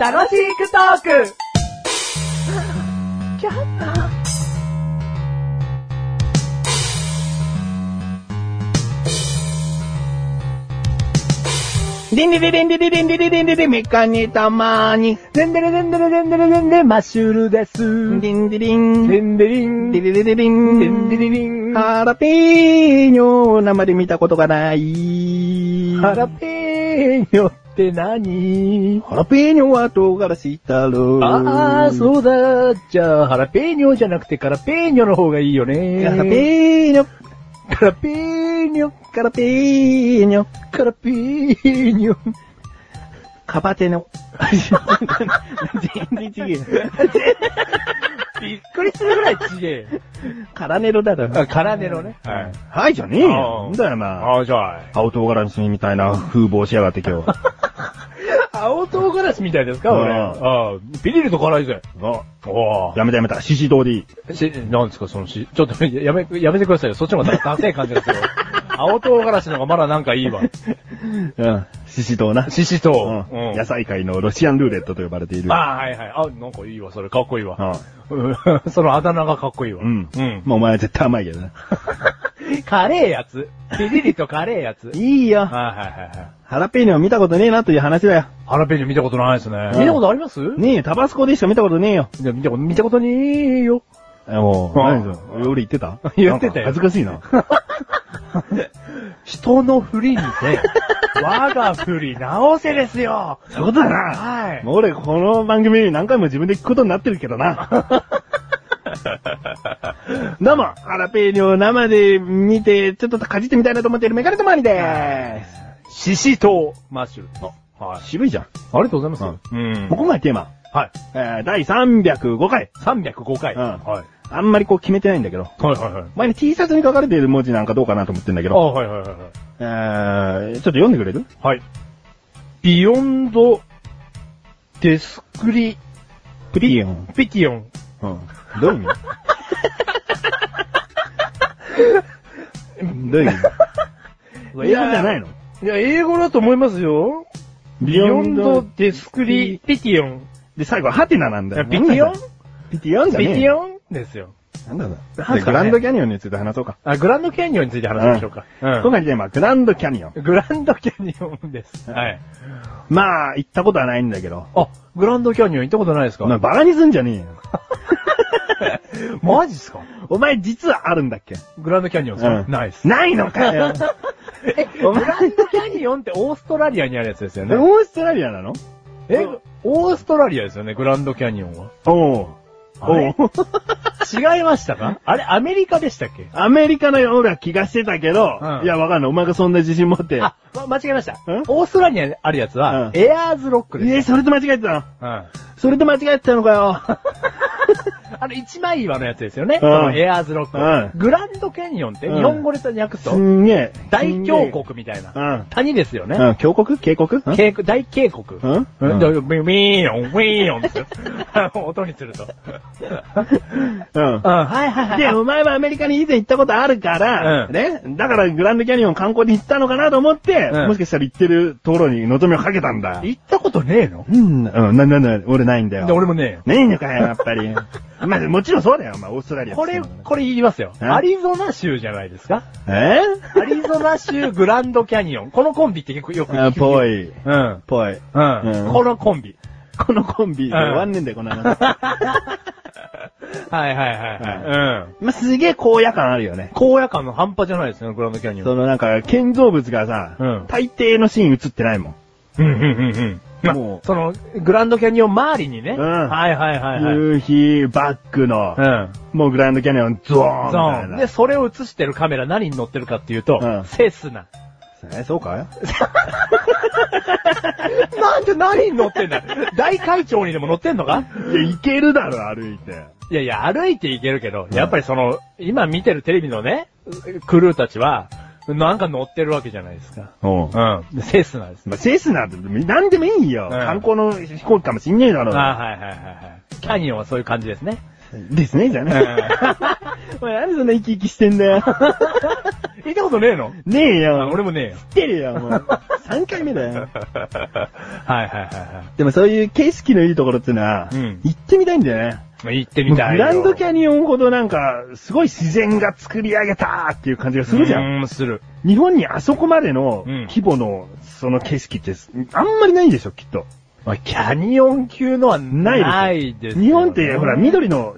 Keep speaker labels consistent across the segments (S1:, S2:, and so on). S1: 楽しくトーク
S2: でんでででんでででんでででんででメカネたまーに。
S1: でんでれでんでれでんでれでんでマッシュルです。
S2: でんでりん。
S1: で
S2: で
S1: んでりん。
S2: で
S1: で
S2: ででででん。
S1: んでりりん。ハ
S2: ハラペーニョ生で見たことがない。
S1: ラペーニョって何
S2: ハラペーニョは唐辛子だろ
S1: ああ、
S2: う。
S1: そうだ。じゃあ、ハラペーニョじゃなくてカラペーニョの方がいいよね。
S2: カラペーニョ、
S1: カラペーニョ。
S2: カラペーニョ、
S1: カラペーニョ。
S2: カバテの。全然違え。
S1: びっくりするぐらいちげえ。
S2: カラネロだろ。
S1: あ、カラネロね。
S3: はい。
S2: はいじゃねえ
S3: あー
S2: よなんだよ、まあ。
S3: ああ、じゃあ。
S2: 青唐辛子みたいな風貌しやがって今日。
S1: 青唐辛子みたいですか俺。
S2: うん
S3: ああ、ビリリと辛いぜ。
S2: あ
S3: おお。
S2: やめたやめた。獅子堂でいい。
S3: し、なんですか、そのし、ちょっとやめ、やめてくださいよ。そっちの方が高い感じがす る。青唐辛子の方がまだなんかいいわ。
S2: うん。獅子堂な。
S3: シシトウ。
S2: 野菜界のロシアンルーレットと呼ばれている。
S3: ああ、はいはい。あ、なんかいいわ、それ。かっこいいわ。
S2: う
S3: うん そのあだ名がかっこいいわ。
S2: ん。
S3: う
S2: うん
S3: ん。。
S2: まあお前は絶対甘いけどな。
S3: カレーやつ。ビリリとカレーやつ。はい
S2: いよ。
S3: はいはいはい。
S2: ハラペーニョ見たことねえなという話だよ。
S3: ハラペーニョ見たことないですね。
S2: ん
S3: 見たことあります
S2: ねえ、タバスコでしか見たことねえよ。
S3: いや見たこと、見たことねえ よ。
S2: もう、
S3: あ
S2: 何ですよ。俺言ってた
S3: 言ってたよ
S2: なんか恥ずかしいな。
S3: 人の振りにて、我が振り直せですよ。
S2: そういうことだな。
S3: はい
S2: もう俺、この番組何回も自分で聞くことになってるけどな。 どうも、ハラペーニョを生で見て、ちょっとかじってみたいなと思っているメガネとマりでー
S3: シシトウマッシュル。はい。
S2: す。渋いじゃん。
S3: ありがとうございます。うん
S2: ここがテーマ。
S3: はい。
S2: えー第305回。
S3: 305回。
S2: うん
S3: はい。
S2: あんまりこう決めてないんだけど。
S3: はいはいはい。
S2: 前に T シャツに書かれている文字なんかどうかなと思ってんだけ
S3: あ、
S2: ど。
S3: はいはいはいはい。
S2: えー、ちょっと読んでくれる
S3: はい。ビヨンド、デスクリ、
S2: プリオン。
S3: ピティオン。
S2: うん。ど ういう意味どういう意味英語じゃないの
S3: いや、英語だと思いますよ。ビヨンド、デスクリ、ピティオン。
S2: で、最後、ハテナなんだよ。
S3: ビティオン
S2: ピティオンじゃ
S3: ピ
S2: ね
S3: テ
S2: え
S3: ィ
S2: よ。
S3: オンですよ。
S2: なんだ
S3: なんす
S2: ろ
S3: か
S2: う。
S3: ね
S2: でグランドキャニオンについて話そうか。
S3: あ、グランドキャニオンについて話しましょうか。
S2: 今回のテーマはグランドキャニオン。
S3: グランドキャニオンです。はい。
S2: まあ、行ったことはないんだけど。
S3: あ、グランドキャニオン行ったことないですか
S2: なバカにすんじゃねえよ。
S3: マジっすか
S2: お前実はあるんだっけ
S3: グランドキャニオンっすか
S2: うん
S3: ないっす。
S2: ないのかよ。
S3: え、グランドキャニオンってオーストラリアにあるやつですよ
S2: オ
S3: ね。
S2: ーストラリアなの
S3: え、オーストラリアですよね、グランドキャニオンは。
S2: おう。
S3: あれ
S2: おう。
S3: 違いましたかあれ、アメリカでしたっけ
S2: アメリカのような気がしてたけど、
S3: うん
S2: いや、わかんない。お前がそんな自信持って。
S3: あ、ま、間違えました
S2: ん。
S3: オーストラリアにあるやつ
S2: う
S3: は
S2: ん、
S3: エアーズロック
S2: え
S3: です。
S2: ー、それと間違えてたの
S3: うん。
S2: それと間違えてたのかよ。
S3: あの、一枚岩のやつですよね。
S2: うん
S3: そのエアーズロッ
S2: う
S3: ク。グランドキャニオンって
S2: うん
S3: 日本語で訳す
S2: す
S3: と、
S2: んげえ。
S3: 大峡国みたいな。
S2: うん。
S3: 谷ですよね。
S2: うん、峡国渓谷うん
S3: 渓谷、大渓谷。
S2: うん
S3: う
S2: うんん
S3: だからウィーン、ウィーン って。あの音にすると。
S2: うん
S3: う。ん、はいはいはい。
S2: で、お前はアメリカに以前行ったことあるから、
S3: うん
S2: ね。だからグランドキャニオン観光で行ったのかなと思って、
S3: うん
S2: もしかしたら行ってるところに望みをかけたんだ。
S3: 行ったことねえの
S2: うん、うん、な、な、な、俺ないんだよ。
S3: で俺もね
S2: ねえのかよ、やっ ぱり。まあ、もちろんそうだよ、お前、オーストラリア。
S3: これ、これ言いますよ。
S2: え
S3: アリゾナ州じゃないですか
S2: え
S3: アリゾナ州グランドキャニオン。このコンビって結構よく
S2: あ、
S3: 聞く。
S2: ぽい。
S3: うん。
S2: ぽい。
S3: うん。
S2: うん
S3: このコンビ。
S2: このコンビ、終わんねえんだよ、この話。
S3: はいはいはいはい。うん。
S2: まあ、すげえ荒野感あるよね。
S3: 荒野感の半端じゃないですね、グランドキャニオン。
S2: そのなんか、建造物がさ、
S3: うん
S2: 大抵のシーン映ってないもん。
S3: うんうんうんうん。も
S2: も
S3: う、その、グランドキャニオン周りにね。
S2: うん
S3: はいはいはいはい。うん。
S2: 夕日、バックの、もうグランドキャニオン、ゾーン
S3: ゾ
S2: みた
S3: ー
S2: い
S3: ン。
S2: な。
S3: で、それを映してるカメラ何に乗ってるかっていうと、
S2: うん
S3: セスナ。
S2: え、そうかよ
S3: なんで何に乗ってんだ大会長にでも乗ってんのか
S2: いや、いけるだろ、歩いて。
S3: いやいや、歩いていけるけど、やっぱりその、今見てるテレビのね、クルーたちは、なんか乗ってるわけじゃないですか。
S2: おう
S3: うん。セスナですね。
S2: まあ、セスナーって、なんでもいいよ。
S3: ん
S2: 観光の飛行機かもしんねえだ
S3: あ
S2: ろ。
S3: はいはいはいはい。キャニオンはそういう感じですね。
S2: ですね、じゃ
S3: うん
S2: ね。お前、なんでそんな生き生きしてんだよ。
S3: 聞いたことねえの
S2: ねえ
S3: あ
S2: よ。
S3: 俺もねえ よ。
S2: 知ってるよ、もう。3回目だよ。
S3: はいはいは
S2: でもそういう景色のいいところってのは、
S3: うん
S2: 行ってみたいんだよね。
S3: いはい。行って
S2: もう
S3: み
S2: グ
S3: たいよ。
S2: ランドキャニオンほどなんか、すごい自然が作り上げたっていう感じがするじゃん。
S3: うーん、する。
S2: 日本にあそこまでの
S3: うん
S2: 規模のその景色って、あんまりないでしょ、きっと。
S3: まあ、キャニオン級のはないです。ないです、
S2: 日本ってほら、、緑の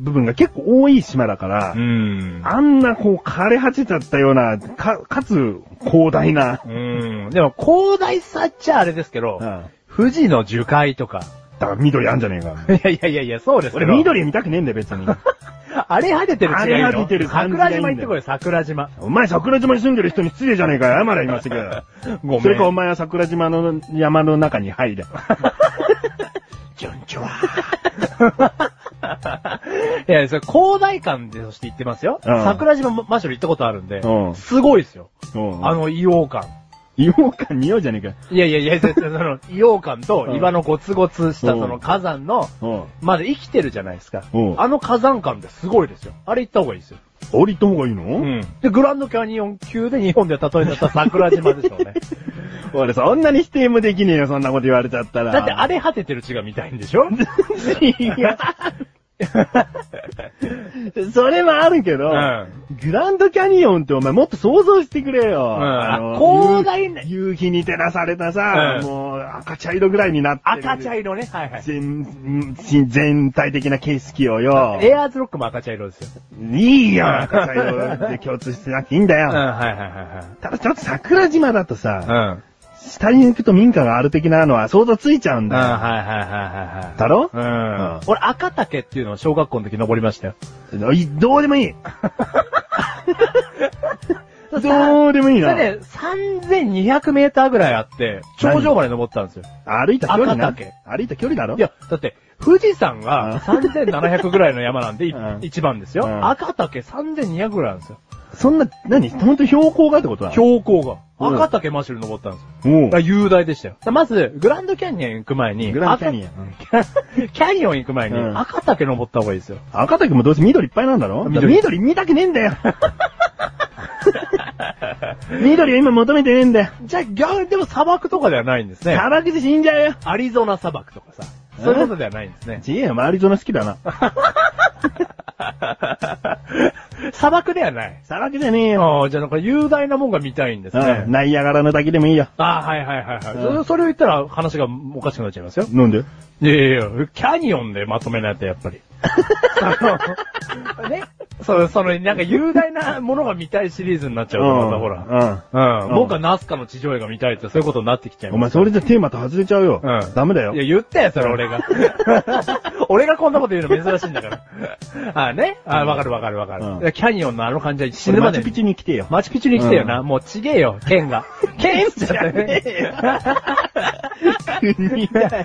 S2: 部分が結構多い島だから
S3: う、ん。
S2: あんなこう枯れ果てちゃったような、か、かつ広大な、
S3: うん。でも、広大さっちゃあれですけど、
S2: うん
S3: 富士の樹海とか。
S2: だから緑あんじゃねえか。
S3: いやいやいやいや、そうですけ
S2: 俺
S3: ど。
S2: 緑見たくねえんだよ、別に。
S3: あれ果ててる違い
S2: あれ果ててる感じが
S3: 桜
S2: いいんだ
S3: 島行
S2: よ
S3: ってこい、桜島。
S2: お前桜島に住んでる人に失礼じゃねえかよ。謝れ、今すぐ。
S3: ごめん。
S2: それかお前は桜島の山の中に 入れ。
S3: ちょんちょわ。いや、それ、広大感でそして行ってますよ。
S2: うん
S3: 桜島マシュル行ったことあるんで、
S2: うん
S3: すごいですよ。
S2: うん
S3: あの、硫黄感。
S2: 硫黄感匂うじゃねえか
S3: いやいやいや、絶対その、硫黄感と岩のゴツゴツした
S2: うん
S3: その火山の、
S2: よ。
S3: まだ生きてるじゃないですか
S2: う。ん
S3: あの火山感ってすごいですよ。あれ行った方がいいですよ。
S2: うん。降りた方がいいの
S3: で、グランドキャニオン級で日本で例えたら桜島でしょうね。
S2: 俺そんなに否定もできねえよ、そんなこと言われちゃったら。
S3: だってあれ果ててる地が見たいんでしょ
S2: いや。それはあるけど、
S3: うん
S2: グランドキャニオンってお前もっと想像してくれよ。
S3: うん
S2: あ
S3: あ
S2: の
S3: 広大な
S2: 夕夕日に照らされたさ、
S3: うん
S2: もう赤茶色ぐらいになってる。
S3: 赤茶色ね。はいはい。
S2: 全全全体的な景色をよ。
S3: エアーズロックも赤茶色ですよ。
S2: いいよ、赤茶色で共通してなくていいんだよ。
S3: はいはいは
S2: ただちょっと桜島だとさ、
S3: はい。うん。
S2: 下に行くと民家がある的なのは想像ついちゃうん
S3: うん、はい
S2: だ
S3: はいはいはいはい。
S2: だろ
S3: う
S2: うん
S3: ん。俺、赤竹っていうのを小学校の時登りましたよ。
S2: よ。いどうでもいい。どうでもいい
S3: そ
S2: な。
S3: れね、3200メーターぐらいあって、頂上まで登ったんですよ。
S2: 歩いた距離な。
S3: 赤岳
S2: 歩いた距離だろ
S3: いや、だって、富士山
S2: うん
S3: が3700ぐらいの山なんで、い
S2: うん
S3: 一番ですよ。
S2: うん
S3: 赤竹3200ぐらいなんですよ。
S2: そんな、何本当標高がってことだ。
S3: 標高が。
S2: うん
S3: 赤竹マシュル登ったんですよ。
S2: お
S3: だ
S2: う
S3: から雄大でしたよ。だからまず、グランドキャニオン行く前に、
S2: グランドキャニオン
S3: ン。 キャニオン行く前に
S2: う、ん
S3: 赤竹登った方がいいですよ。
S2: 赤岳もどうせ緑いっぱいなんだろ
S3: 緑
S2: 緑見たくねえんだよ。緑は今求めてねえんだよ。
S3: じゃあ、逆にでも砂漠とかではないんですね。
S2: 砂漠で死んじゃうよ。
S3: アリゾナ砂漠とかさ。そういうことではないんですね。
S2: ちげえよ、周りゾナ好きだな。
S3: 砂漠ではない。
S2: 砂漠じゃねえよ。
S3: ああ、じゃあなんか雄大なもんが見たいんです
S2: うん
S3: ね。
S2: ナイアガラの滝でもいいよ。
S3: ああ、はいはいはいはい、
S2: うん
S3: そ。それを言ったら話がおかしくなっちゃいますよ。
S2: なんで
S3: いやいやいや、キャニオンでまとめないと、やっぱ り。あのね。そう、その、なんか雄大なものが見たいシリーズになっちゃうと、またほら。
S2: ら。うん。
S3: うん。
S2: うん
S3: 僕はナスカの地上絵が見たいって、そういうことになってきちゃい
S2: お
S3: ま
S2: 前
S3: す。
S2: それじゃテーマと外れちゃうよ。
S3: うん
S2: ダメだよ
S3: い。や、言ったよ、それ俺が。 俺がこんなこと言うの珍しいんだから。 ああね。ああ、わかるわかるわかる、
S2: う
S3: キャニオンのあの感じは死
S2: 俺
S3: ぬま
S2: マ
S3: で
S2: チュピチュに来て よ。
S3: マチュピチュに来てよな。もうちげえよ、剣が。 剣じゃ
S2: ねえ国だよ。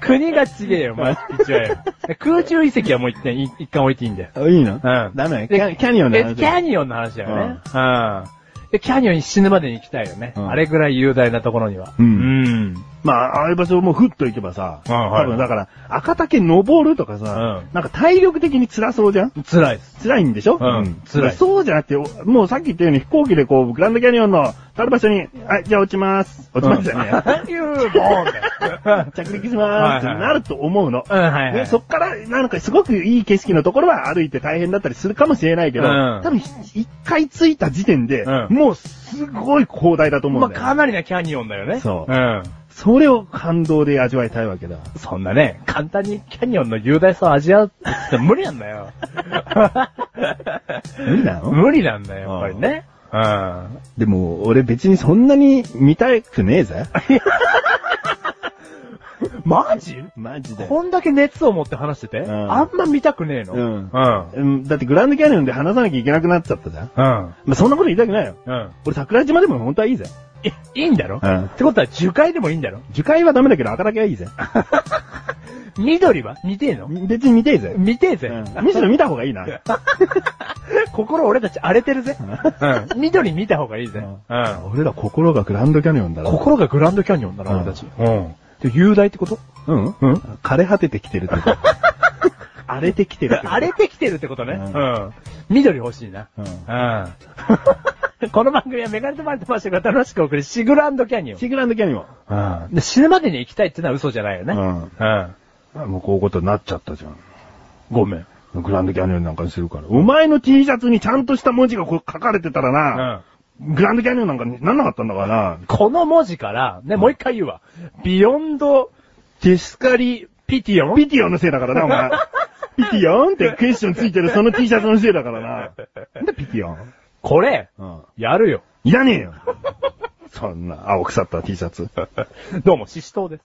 S3: 国がちげえよ、マチュピチュはよ。 空中遺跡はもう一点、い一貫置いていいんだよ。
S2: あいいの
S3: うん
S2: ダメ。キ
S3: で
S2: ャキャニオン
S3: え
S2: だよ。
S3: キャニオンの話だよね。うん。で、キャニオンに死ぬまでに行きたいよね。
S2: うん
S3: あれぐらい雄大なところには。
S2: うん
S3: うん。
S2: まあ、ああいう場所もふっと行けばさ、
S3: うんはい
S2: 多分だから、赤岳登るとかさ、
S3: うん
S2: なんか体力的に辛そうじゃん
S3: 辛いです。
S2: 辛いんでしょ
S3: うん辛い
S2: そうじゃなくて、おもうさっき言ったように飛行機でこう、グランドキャニオンの、ある場所に、はい、じゃあ落ちます。 落ちますじゃねえや
S3: 何言うボーンだよ
S2: 着陸しますってなると思うの。
S3: うん、はいは
S2: ね
S3: い。
S2: そっから、なんかすごくいい景色のところは歩いて大変だったりするかもしれないけど、
S3: うん
S2: 多分ひ一回着いた時点で、
S3: うん
S2: もうすごい広大だと思
S3: ま
S2: う
S3: あ、
S2: んだよ。
S3: かなりなキャニオンだよね。
S2: そう
S3: うん。
S2: それを感動で味わいたいわけだ。
S3: そんなね、簡単にキャニオンの雄大さを味わうって無理なんだよ。
S2: 無理なの
S3: 無理なんだよ、やっぱりね。うん。
S2: でも、俺別にそんなに見たくねえぜ。
S3: マジ
S2: マジで。
S3: こんだけ熱を持って話してて、
S2: ん
S3: あんま見たくねえの。
S2: うん
S3: うん。
S2: うんだってグランドキャニオンで話さなきゃいけなくなっちゃったじゃん。
S3: うん。
S2: まあ、そんなこと言いたくないよ。
S3: うん。
S2: 俺桜島でも本当はいいぜ。
S3: え、いいんだろ、
S2: うん
S3: ってことは樹海でもいいんだろ
S2: 樹海はダメだけど赤だけはいいぜ。
S3: 緑は見てえの
S2: 別に見てえぜ。
S3: 見てえぜ。
S2: うんむしろ見た方がいいな。
S3: 心俺たち荒れてるぜ。うん。緑見た方がいいぜ。
S2: うん
S3: うん。
S2: 俺ら心がグランドキャニオンだろ。
S3: 心がグランドキャニオンだな、
S2: うん
S3: 俺たち。うん。で、雄大ってこと
S2: うん
S3: うん
S2: 枯れ果ててきてるってこと。 荒れてきてるってこと。
S3: 荒れてきてるってことね。
S2: う
S3: うんん。緑欲しいな。
S2: うん
S3: うん。 この番組はメガネとマネとマッシュが楽しく送るシグランドキャニオン。
S2: シグランドキャニオン。
S3: うんで死ぬまでに行きたいってのは嘘じゃないよね。
S2: うん
S3: うん。
S2: あもうこういうことになっちゃったじゃん。
S3: ごめん。
S2: グランドキャニオンなんかにするから。お前の T シャツにちゃんとした文字がこう書かれてたらな、グランドキャニオンなんかになんなかったんだからな。
S3: この文字から、ね、もう一回言うわ。ビヨンド、デスカリ、ピティオン
S2: ピティオンのせいだからな、お 前。ピティオンってクエスチョンついてるその T シャツのせいだからな。なんでピティオン
S3: これ、
S2: うん。
S3: やるよ。
S2: いらねえよ。そんな青腐った T シャツ。
S3: どうも、シシトウです。